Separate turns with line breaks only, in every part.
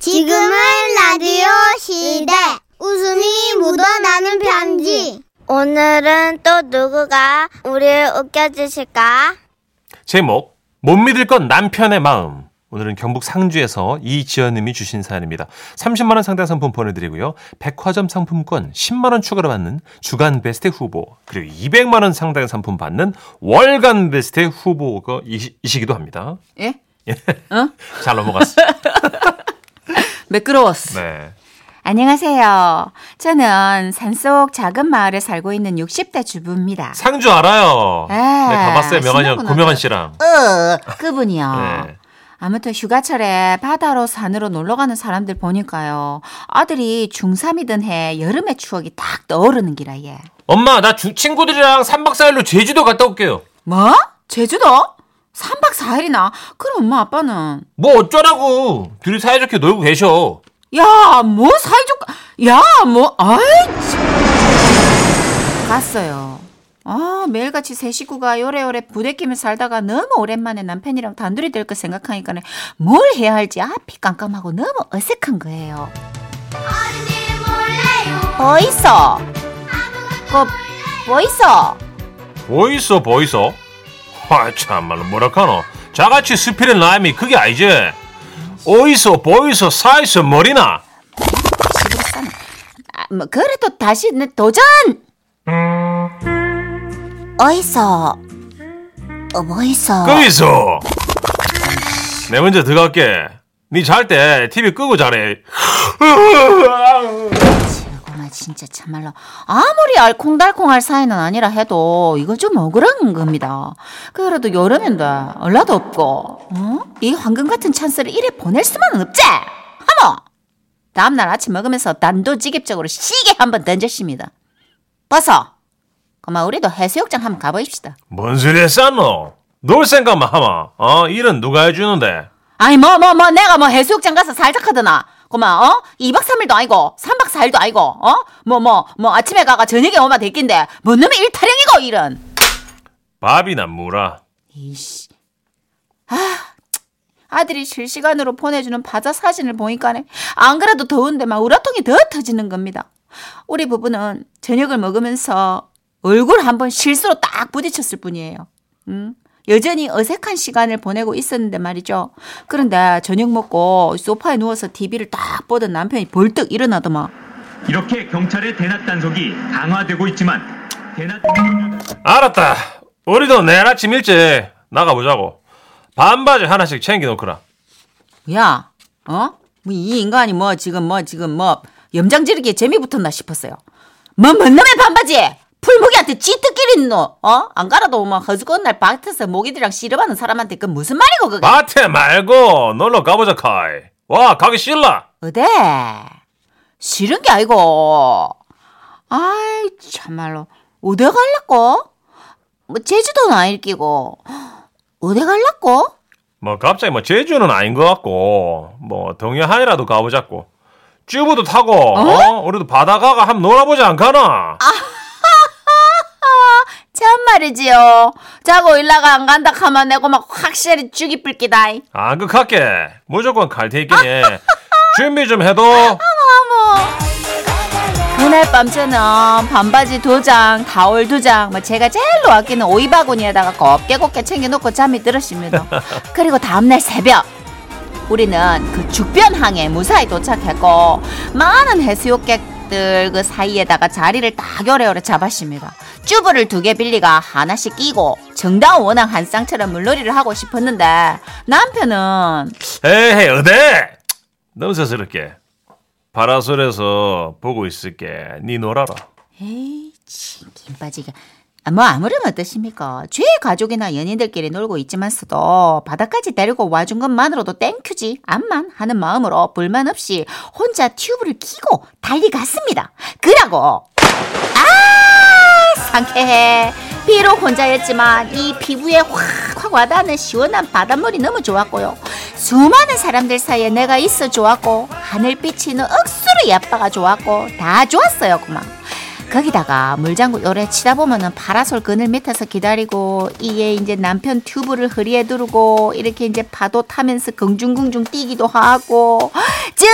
지금은 라디오 시대. 웃음이 묻어나는 편지. 오늘은 또 누구가 우리를 웃겨주실까?
제목 못 믿을 건 남편의 마음. 오늘은 경북 상주에서 이지연님이 주신 사연입니다. 30만 원 상당 상품 보내드리고요. 백화점 상품권 10만 원 추가로 받는 주간 베스트 후보 그리고 200만 원 상당 상품 받는 월간 베스트 후보가 이시- 이시기도 합니다.
예?
잘 넘어갔어.
매끄러웠어.
네.
안녕하세요. 저는 산속 작은 마을에 살고 있는 60대 주부입니다.
상주 알아요. 네,
아,
가봤어요. 명환이 형,
신나구나.
고명환 씨랑.
어, 그분이요.
네.
아무튼 휴가철에 바다로 산으로 놀러 가는 사람들 보니까요. 아들이 중3이던 해 여름의 추억이 딱 떠오르는 기라 얘.
엄마, 나 주- 친구들이랑 3박 4일로 제주도 갔다 올게요.
뭐? 제주도? 3박 4일이나? 그럼 엄마 아빠는
뭐 어쩌라고. 둘이 사이좋게 놀고 계셔.
야, 뭐 사이좋 야, 뭐 아이 참. 갔어요. 아, 매일같이 세 식구가 요래요래 부대끼며 살다가 너무 오랜만에 남편이랑 단둘이 될 것 생각하니까는 뭘 해야 할지 앞이 깜깜하고 너무 어색한 거예요. 뭐 있어? 그, 뭐 있어?
보이소, 보이소. 아, 참말로 뭐라카노. 자같이 스피린 라임이 그게 아니지. 어이소, 보이소, 사이소, 머리나.
시부르산. 아, 뭐 그래도 다시 는 도전! 어이서 어, 뭐 있어?
그 끄이소. 내 먼저 들어갈게. 니 잘 때 TV 끄고 자래.
정말 진짜 참말로 아무리 알콩달콩할 사이는 아니라 해도 이거 좀 억울한 겁니다. 그래도 여름인데 얼라도 없고 어? 이 황금 같은 찬스를 이래 보낼 수만은 없지. 하모 다음날 아침 먹으면서 단도직입적으로 시계 한번 던졌습니다. 벗어. 그만 우리도 해수욕장 한번 가보입시다.
뭔 소리 했었노? 놀 생각만 하마. 어, 일은 누가 해주는데?
아니 뭐 뭐 뭐 내가 뭐 해수욕장 가서 살짝 하더나 고마 어 2박 3일도 아니고 3박 4일도 아니고 어 뭐 뭐 뭐 아침에 가가 저녁에 오마 됐긴데 뭔 놈의 일타령이고 이런
밥이나 무라.
이씨 아 아들이 실시간으로 보내주는 바다 사진을 보니까는 안 그래도 더운데 막 우라통이 더 터지는 겁니다 우리 부부는 저녁을 먹으면서 얼굴 한번 실수로 딱 부딪혔을 뿐이에요 음, 여전히 어색한 시간을 보내고 있었는데 말이죠. 그런데 저녁 먹고 소파에 누워서 TV를 딱 보던 남편이 벌떡 일어나더만.
이렇게 경찰의 대낮 단속이 강화되고 있지만 대낮
알았다. 우리도 내일 아침 일찍 나가보자고. 반바지 하나씩 챙겨놓거라.
야, 어? 뭐 이 인간이 뭐 지금 뭐 지금 뭐 염장 지르기에 재미 붙었나 싶었어요. 뭐 뭔놈의 반바지! 풀무기한테 찌트끼리는 너, 어? 안 갈아도 뭐 허수건 날 밭에서 모기들이랑 씨름하는 사람한테 그 무슨 말이고 그게?
마트 말고 놀러 가보자 카이. 와 가기 싫라.
어데 싫은 게 아니고 아이 참말로 어디 갈라고 뭐 제주도는 아닐 끼고 어디 갈라고
뭐 갑자기 뭐 제주는 아닌 것 같고 뭐 동해안이라도 가보자고. 쭈부도 타고 어? 우리도 바다 가가 한번 놀아보자 안 가나?
참 말이지요 자고 일나가 안 간다 하면 내고 막 확실히 죽이 뿔기다 이
안 극할게. 무조건 갈 테니까니 준비 좀 해도.
그날 밤새는 반바지 두 장, 타월 두 장, 뭐 제가 제일로 아끼는 오이 바구니에다가 곱게 곱게 챙겨놓고 잠이 들었습니다. 그리고 다음날 새벽 우리는 그 죽변항에 무사히 도착했고 많은 해수욕객들 그 사이에다가 자리를 딱 요래요래 잡았습니다. 쭈브를 두 개 빌리가 하나씩 끼고 정다운 원앙 한 쌍처럼 물놀이를 하고 싶었는데 남편은
에헤 어데? 너무 서스럽게. 파라솔에서 보고 있을게. 니 놀아라.
에이, 참, 김 빠지게. 아, 뭐 아무렴 어떠십니까? 죄 가족이나 연인들끼리 놀고 있지만서도 바다까지 데리고 와준 것만으로도 땡큐지 암만 하는 마음으로 불만 없이 혼자 튜브를 키고 달리갔습니다. 그라고 아 상쾌해. 비록 혼자였지만 이 피부에 확확 와닿는 시원한 바닷물이 너무 좋았고요. 수많은 사람들 사이에 내가 있어 좋았고 하늘빛이 는 억수로 예뻐가 좋았고 다 좋았어요 그만. 거기다가 물장구 요래 치다 보면은 파라솔 그늘 밑에서 기다리고 이에 이제 남편 튜브를 허리에 두르고 이렇게 이제 파도 타면서 긍중긍중 뛰기도 하고 즉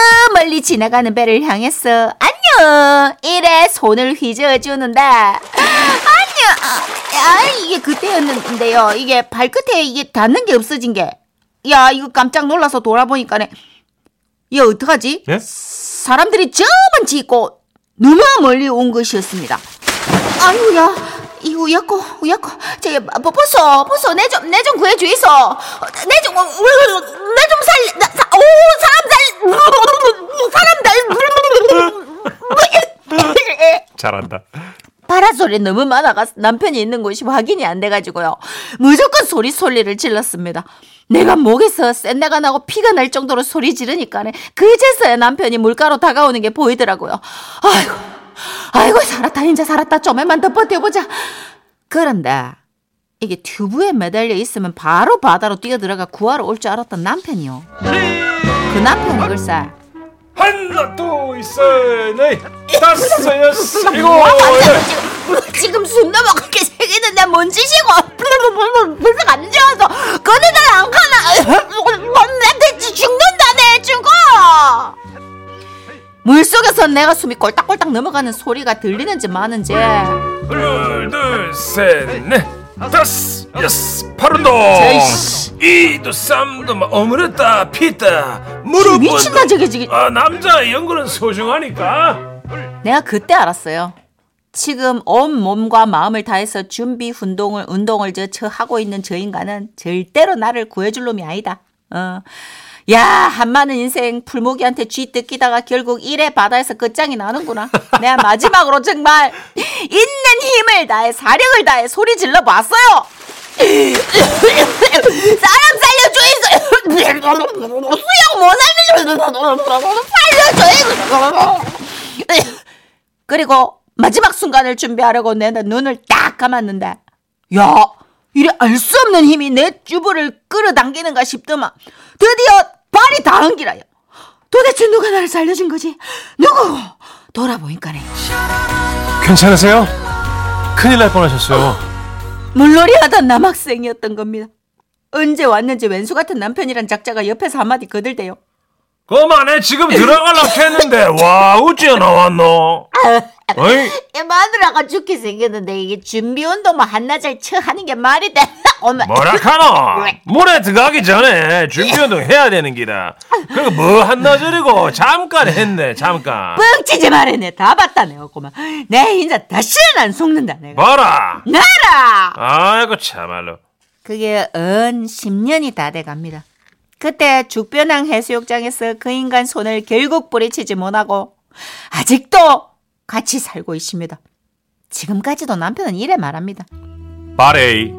지나가는 배를 향해서 안녕 이래 손을 휘저어 주는다. 아, 이게 그때였는데요. 이게 발끝에 이게 닿는 게 없어진 게. 야, 이거 깜짝 놀라서 돌아보니까네. 야, 어떡하지?
네.
예?
사람들이 저만치 있고 너무 멀리 온 것이었습니다. 아이고야, 이거 우야코, 우야코. 저기, 보- 보소, 보소, 뭐, 내 좀, 내 좀 구해주이소. 내 좀, 내 좀 살리, 나, 사, 오, 사람 살, 사람 살.
잘한다.
파라솔이 너무 많아가 남편이 있는 곳이 확인이 안 돼가지고요. 무조건 소리 소리를 질렀습니다. 내가 목에서 샌내가 나고 피가 날 정도로 소리 지르니까는 그제서야 남편이 물가로 다가오는 게 보이더라고요. 아이고, 아이고 살았다 이제 살았다 좀만 더 버텨보자. 그런데 이게 튜브에 매달려 있으면 바로 바다로 뛰어들어가 구하러 올 줄 알았던 남편이요. 그 남편이 글쎄
하나, 둘, 셋, 넷, 다섯, 여섯, 일곱.
지금, 지금 숨 넘어가게 생기는데 뭔 짓이고 뭐, 벌써 안 좋아서 그는 날안 가나 내한테 죽는다 내 죽어 물속에서 내가 숨이 꼴딱꼴딱 넘어가는 소리가 들리는지 마는지
하나, 둘, 셋, 넷, 다섯, 여섯, 팔운동.
제이씨.
이도 쌈도 막 어물었다, 피다, 무릎
미친다 저게 지금
아 남자 연구는 소중하니까.
내가 그때 알았어요. 지금 온 몸과 마음을 다해서 준비 운동을 운동을 저, 저 하고 있는 저 인간은 절대로 나를 구해줄 놈이 아니다. 어. 야, 한 많은 인생 풀무기한테 쥐 뜯기다가 결국 이래 바다에서 끝장이 나는구나. 내가 마지막으로 정말 있는 힘을 다해 사력을 다해 소리 질러 봤어요. 사람 살려줘요. 수영 못 살려줘요. 살려줘요. 그리고 마지막 순간을 준비하려고 내 눈을 딱 감았는데 야 이래 알 수 없는 힘이 내 주부를 끌어당기는가 싶더만 드디어 발이 닿은 길아요 도대체 누가 나를 살려준 거지 누구 돌아보니까네
괜찮으세요? 큰일 날 뻔하셨어요.
물놀이 하던 남학생이었던 겁니다 언제 왔는지 왼수 같은 남편이란 작자가 옆에서 한마디 거들대요
그만해 지금 들어가려고 했는데 와 어째 나왔노?
아,
어이
야, 마누라가 죽게 생겼는데 이게 준비 운동만 한나절 쳐 하는 게 말이 돼 어머
뭐라카노? 물에 들어가기 전에 준비 운동 해야 되는 기다. 그리고 뭐 한나절이고 잠깐 했네 잠깐.
뻥치지 말해 내다 봤다 내가 고만 내 인자 다시는 안 속는다 내가
봐라.
나라
아이고 참말로.
그게 언 10년이 다 돼갑니다 그때 죽변항 해수욕장에서 그 인간 손을 결국 뿌리치지 못하고 아직도 같이 살고 있습니다 지금까지도 남편은 이래 말합니다
바레이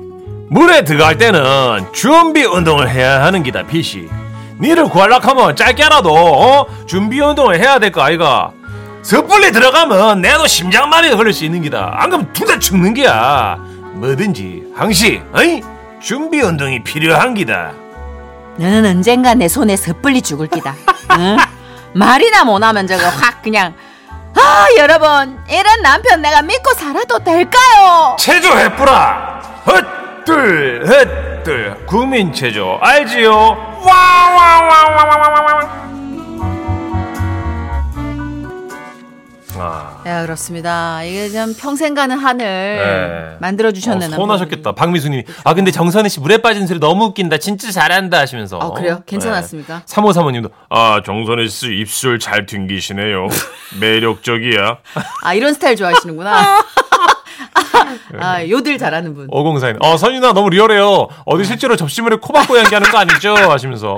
물에 들어갈 때는 준비 운동을 해야 하는 기다 피시 니를 구하려고 하면 짧게라도 어? 준비 운동을 해야 될 거 아이가 섣불리 들어가면 내도 심장마비가 걸릴 수 있는 기다 안 그러면 둘다 죽는 기야 뭐든지 항시 어이? 준비 운동이 필요한 기다
너는 언젠가 내 손에 섣불리 죽을 기다. 응? 말이나 못하면 저거 확 그냥. 아 여러분 이런 남편 내가 믿고 살아도 될까요?
체조 해뿌라 헛둘 헛둘 구민 체조 알지요 와와와와와와와 아
네 그렇습니다. 이게 참 평생 가는 하늘
네.
만들어 주셨네.
어, 서운하셨겠다. 박미수님이 아 근데 정선희 씨 물에 빠진 소리 너무 웃긴다. 진짜 잘한다 하시면서.
아 그래요? 괜찮았습니까?
삼호사모님도 어?
아 정선혜 씨 입술 잘 튕기시네요. 매력적이야.
아 이런 스타일 좋아하시는구나. 아 요들 잘하는 분.
어공사인. 어 선윤아 너무 리얼해요.
음.
어디 실제로 접시물에 코 박고 연기하는 거 아니죠? 하시면서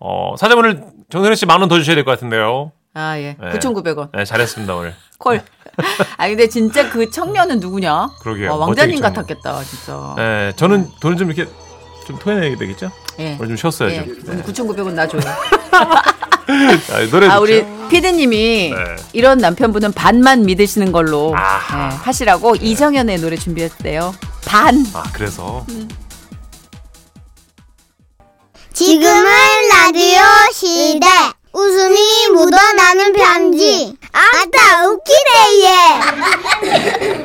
어 사자분을 정선희 씨 만 원 더 주셔야 될 것 같은데요.
아 예.
네.
9,900원.
네 잘했습니다 오늘.
콜. 아 근데 진짜 그 청년은 누구냐?
그러게요.
아, 왕자님
멋쟁이 청년.
같았겠다 진짜.
네 저는 돈을 좀 이렇게 좀 토해내야 되겠죠?
예.
오늘 좀 쉬었어야죠. 네.
예. 오늘 9,900원 나 줘요.
자, 노래
아,
듣죠. 네.
우리 피디님이 이런 남편분은 반만 믿으시는 걸로
아하.
네, 하시라고 이정현의 노래 준비했대요. 반.
아 그래서
지금은 라디오 시대. 웃음이 묻어나는 편지. 아따, 웃기네, 얘.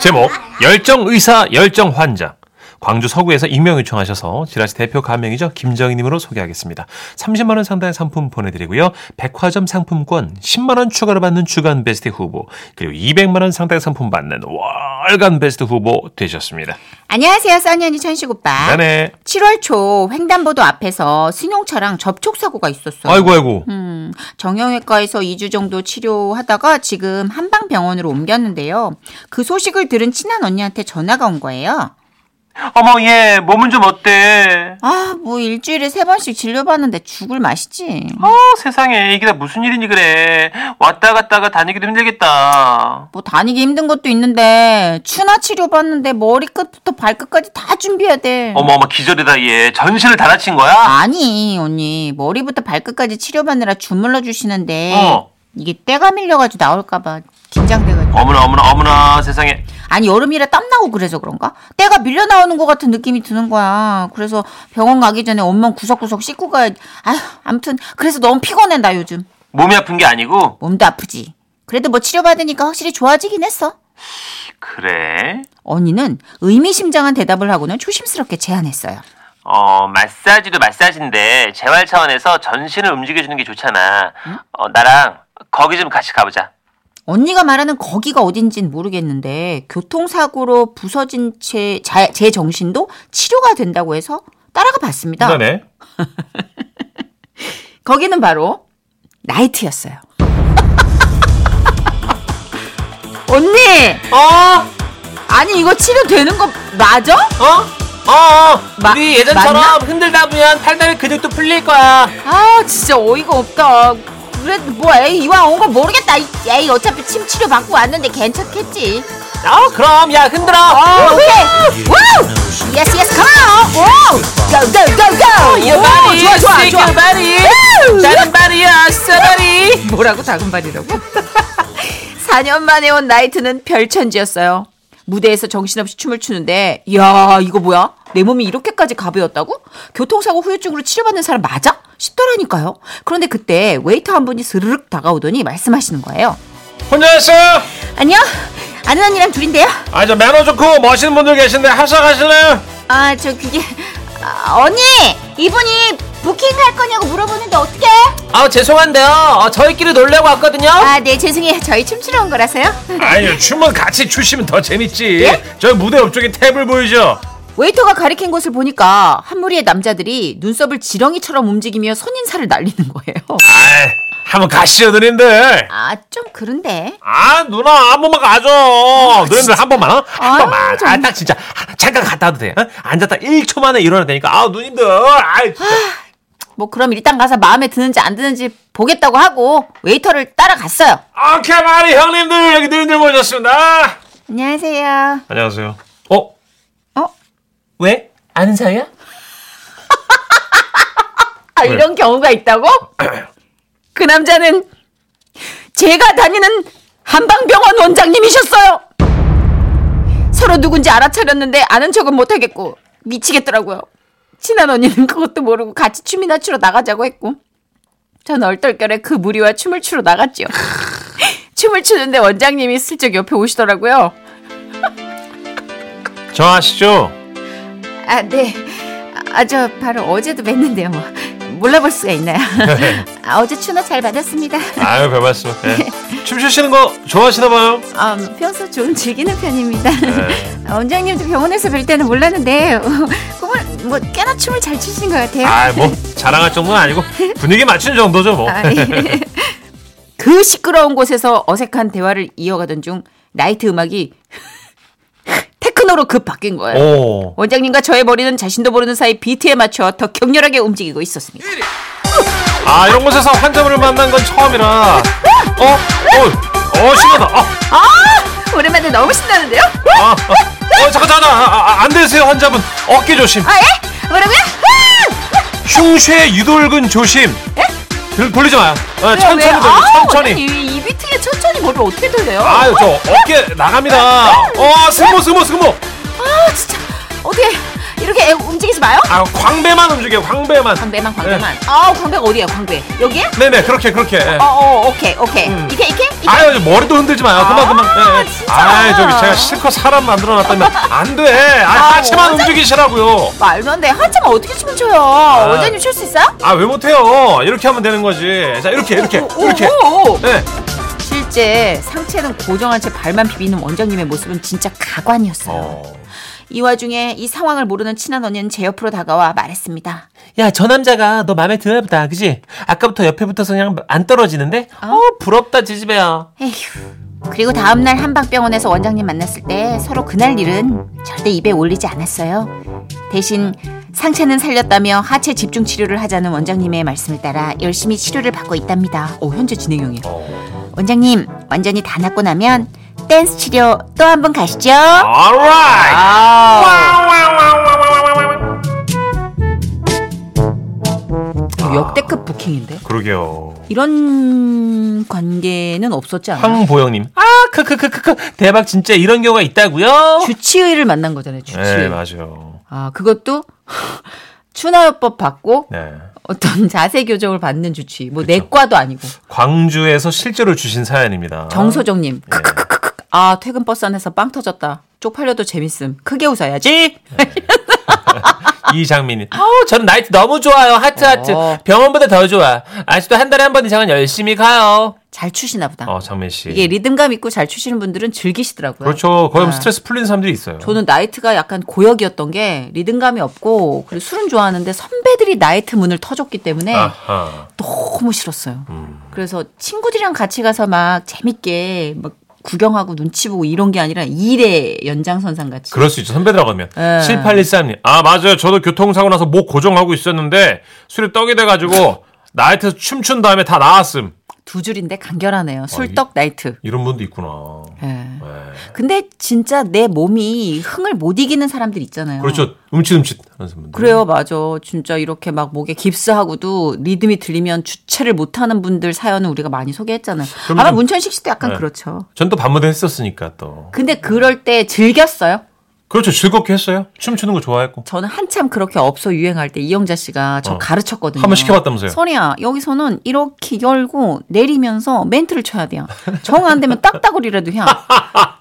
제목 열정 의사 열정 환자 광주 서구에서 익명 요청하셔서 지라시 대표 가명이죠. 김정희님으로 소개하겠습니다. 30만 원 상당의 상품 보내드리고요. 백화점 상품권 10만 원 추가로 받는 주간 베스트 후보 그리고 200만 원 상당의 상품 받는 월간 베스트 후보 되셨습니다.
안녕하세요, 써니 언니 천식 오빠.
네네.
7월 초 횡단보도 앞에서 승용차랑 접촉사고가 있었어요.
아이고 아이고.
음, 정형외과에서 2주 정도 치료하다가 지금 한방병원으로 옮겼는데요. 그 소식을 들은 친한 언니한테 전화가 온 거예요.
어머 얘 몸은 좀 어때?
아, 뭐 일주일에 세 번씩 진료받는데 죽을 맛이지.
어 세상에 이게 다 무슨 일이니 그래. 왔다 갔다가 다니기도 힘들겠다.
뭐 다니기 힘든 것도 있는데 추나 치료받는데 머리끝부터 발끝까지 다 준비해야 돼.
어머 어머 기절이다 얘. 전신을 다 다친 거야?
아니, 언니. 머리부터 발끝까지 치료받느라 주물러 주시는데
어.
이게 때가 밀려가지고 나올까봐 긴장돼가지고.
어머나 어머나 어머나 세상에.
아니, 여름이라 땀나고 그래서 그런가? 때가 밀려 나오는 것 같은 느낌이 드는 거야. 그래서 병원 가기 전에 온몸 구석구석 씻고 가야지. 아휴, 암튼. 그래서 너무 피곤해, 나 요즘.
몸이 아픈 게 아니고
몸도 아프지. 그래도 뭐 치료받으니까 확실히 좋아지긴 했어.
그래.
언니는 의미심장한 대답을 하고는 조심스럽게 제안했어요.
어, 마사지도 마사지인데 재활 차원에서 전신을 움직여주는 게 좋잖아. 어, 나랑 거기 좀 같이 가보자.
언니가 말하는 거기가 어딘진 모르겠는데 교통사고로 부서진 채, 자- 제 정신도 치료가 된다고 해서 따라가 봤습니다.
그러네.
거기는 바로 나이트였어요. 언니,
어?
아니 이거 치료되는 거 맞아?
어? 어?
마- 우리 예전처럼 맞나?
힘들다 보면 팔다리 근육도 풀릴 거야.
아 진짜 어이가 없다. 그래 뭐 에이 이왕 온 거 모르겠다. 에이 어차피 침 치료 받고 왔는데 괜찮겠지.
어, 그럼 야 흔들어.
Oh, 오케이. 우! 예스 예스 컴온. 오! 고 고 고고. 오, 좋아 좋아 좋아. 우!
발이야, 세발이.
뭐라고 작은 발이라고? 4년 만에 온 나이트는 별천지였어요. 무대에서 정신없이 춤을 추는데 야 이거 뭐야? 내 몸이 이렇게까지 가벼웠다고? 교통사고 후유증으로 치료받는 사람 맞아? 싶더라니까요. 그런데 그때 웨이터 한 분이 스르륵 다가오더니 말씀하시는 거예요.
혼자 했어요?
안녕? 아는 언니랑 둘인데요.
아, 저 매너 좋고 멋있는 분들 계신데 합석하실래요?
아 저 그게 아, 언니 이분이 부킹할 거냐고 물어보는데 어떻게?
아 죄송한데요. 저희끼리 놀려고 왔거든요.
아 네 죄송해요. 저희 춤추러 온 거라서요.
아니, 춤은 같이 추시면 더 재밌지. 저희 무대 옆쪽에 탭을 보이죠?
웨이터가 가리킨 곳을 보니까 한 무리의 남자들이 눈썹을 지렁이처럼 움직이며 선인사를 날리는 거예요.
아이, 한번 가시죠, 누님들.
아, 좀 그런데.
아, 누나, 한 번만 가죠. 누님들 한 번만, 어? 한
아유,
번만. 아, 딱 진짜. 아, 잠깐 갔다 와도 돼. 어? 앉았다 1초 만에 일어나도 되니까. 아, 누님들. 아이, 진짜.
뭐 그럼 일단 가서 마음에 드는지 안 드는지 보겠다고 하고 웨이터를 따라갔어요.
오케이, 마리 형님들. 여기 누님들 모셨습니다.
안녕하세요.
안녕하세요. 어?
어?
왜? 아는 사이야?
아, 이런 경우가 있다고? 그 남자는 제가 다니는 한방병원 원장님이셨어요. 서로 누군지 알아차렸는데 아는 척은 못하겠고 미치겠더라고요. 친한 언니는 그것도 모르고 같이 춤이나 추러 나가자고 했고 전 얼떨결에 그 무리와 춤을 추러 나갔지요. 춤을 추는데 원장님이 슬쩍 옆에 오시더라고요.
저 아시죠?
아, 네. 아, 저 바로 어제도 뵀는데요. 뭐. 몰라볼 수가 있나요? 아, 어제 추나 잘 받았습니다.
아유, 별 말씀. 예. 춤 추시는 거 좋아하시나봐요.
아, 평소 좀 즐기는 편입니다.
네.
아, 원장님도 병원에서 뵐 때는 몰랐는데 꿈을 뭐 꽤나 춤을 잘 추신 것 같아요.
아, 뭐, 자랑할 정도는 아니고, 분위기 맞추는 정도죠, 뭐.
아, 예. 그 시끄러운 곳에서 어색한 대화를 이어가던 중 나이트 음악이 테크노로 급 바뀐 거예요.
오.
원장님과 저의 머리는 자신도 모르는 사이 비트에 맞춰 더 격렬하게 움직이고 있었습니다.
아, 이런 곳에서 환자분을 만난 건 처음이라. 어? 어, 어, 신기하다. 아,
아, 오랜만에 너무 신나는데요?
아, 아. 어, 잠깐, 잠깐. 아, 아, 안 되세요, 환자분. 어깨 조심.
아, 예? 뭐라고요? 아!
흉쇄 유돌근 조심. 들- 돌리지 마요. 어, 천천히
왜?
돌리세요,
아우,
천천히.
원장님, 이, 이 비트에 천천히 머리를 어떻게 돌려요?
아유, 저 어깨 나갑니다. 어, 승모, 승모, 승모.
아 진짜 어떻게 이렇게 애- 움직이지 마요.
아 광배만 움직여 광배만.
광배만
네.
광배만. 아 광배가 어디야 광배? 여기야?
네네 그렇게 그렇게. 예.
어, 어, 오케이, 오케이. 이렇게, 이렇게? 이렇게?
음. 아유 머리도 흔들지 마요. 그만 그만.
아,
예, 예.
진짜.
아이, 저기 제가 실컷 사람 만들어 놨다면 안 돼. 아,
아,
하체만
완전-
움직이시라고요.
말도 안 돼. 한참 어떻게 춤을 춰요? 원장님 출 수 있어?
아 왜 못해요? 이렇게 하면 되는 거지. 자 이렇게 이렇게
오,
이렇게.
오, 오.
네.
실제 상체는 고정한 채 발만 비비는 원장님의 모습은 진짜 가관이었어요.
어.
이 와중에 이 상황을 모르는 친한 언니는 제 옆으로 다가와 말했습니다.
야, 저 남자가 너 마음에 드나 보다, 그지? 아까부터 옆에 붙어서 그냥 안 떨어지는데? 어, 부럽다, 지지배야. 아,
에휴. 그리고 다음날 한방병원에서 원장님 만났을 때 서로 그날 일은 절대 입에 올리지 않았어요. 대신 상체는 살렸다며 하체 집중 치료를 하자는 원장님의 말씀을 따라 열심히 치료를 받고 있답니다. 오, 어, 현재 진행형이에요.
어.
원장님, 완전히 다 낫고 나면 댄스 치료 또 한 번 가시죠.
Alright.
아. 역대급 부킹인데?
그러게요.
이런 관계는 없었지 않아요?
황보영님. 아, 크크크크크. 대박, 진짜 이런 경우가 있다고요
주치의를 만난 거잖아요, 주치의.
네 맞아요.
아, 그것도 추나요법 받고
네.
어떤 자세 교정을 받는 주치. 뭐 내과도 아니고.
광주에서 실제로 주신 사연입니다.
정소정 님.
예.
크크크크크. 아, 퇴근 버스 안에서 빵 터졌다. 쪽팔려도 재밌음. 크게 웃어야지.
이장민이
아우, 저는 나이트 너무 좋아요. 하트, 하트.
어.
병원보다 더 좋아. 아직도 한 달에 한 번 이상은 열심히 가요.
잘 추시나 보다.
어 장민 씨.
이게 리듬감 있고 잘 추시는 분들은 즐기시더라고요.
그렇죠. 거의
네.
스트레스 풀리는 사람들이 있어요.
저는 나이트가 약간 고역이었던 게 리듬감이 없고 그리고 술은 좋아하는데 선배들이 나이트 문을 터줬기 때문에
아하. 음.
너무 싫었어요. 그래서 친구들이랑 같이 가서 막 재밌게 막 구경하고 눈치 보고 이런 게 아니라 일의 연장선상 같이.
그럴 수 있죠. 선배들하고 하면.
네.
7813님. 아, 맞아요. 저도 교통사고 나서 목 고정하고 있었는데 술이 떡이 돼가지고 나이트에서 춤춘 다음에 다 나왔음.
두 줄인데 간결하네요.
아, 이-
술떡 나이트.
이런 분도 있구나.
예.
네.
근데 진짜 내 몸이 흥을 못 이기는 사람들 있잖아요.
그렇죠. 음칫음칫 하는 분들.
그래요, 맞아. 진짜 이렇게 막 목에 깁스하고도 리듬이 들리면 주체를 못하는 분들 사연은 우리가 많이 소개했잖아요.
그럼
아마
좀-
문천식 씨도 약간
네.
그렇죠.
전 또 반무대 했었으니까 또.
근데 그럴 때 즐겼어요.
그렇죠. 즐겁게 했어요. 춤추는 거 좋아했고.
저는 한참 그렇게 업소 유행할 때 이영자 씨가 저
어.
가르쳤거든요.
한번 시켜봤다면서요?
선이야, 여기서는 이렇게 열고 내리면서 멘트를 쳐야 돼요. 정 안 되면 딱따구리라도 해.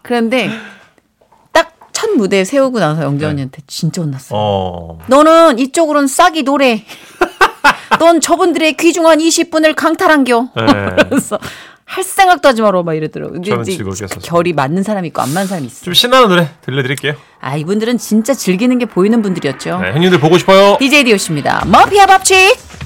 그런데 딱 첫 무대에 세우고 나서 영자 언니한테 진짜 혼났어. 요
네. 어.
너는 이쪽으로는 싸기 노래. 넌 저분들의 귀중한 20분을 강탈한겨.
네.
그래서 할 생각도 하지 마라 막 이러더라고. 근데
저는
이제
즐겁게 했었어요.
결이 맞는 사람이 있고 안 맞는 사람이 있어.
좀 신나는 노래 들려드릴게요.
아 이분들은 진짜 즐기는 게 보이는 분들이었죠.
네, 형님들 보고 싶어요.
DJ 디오씨입니다. 머피아 밥집.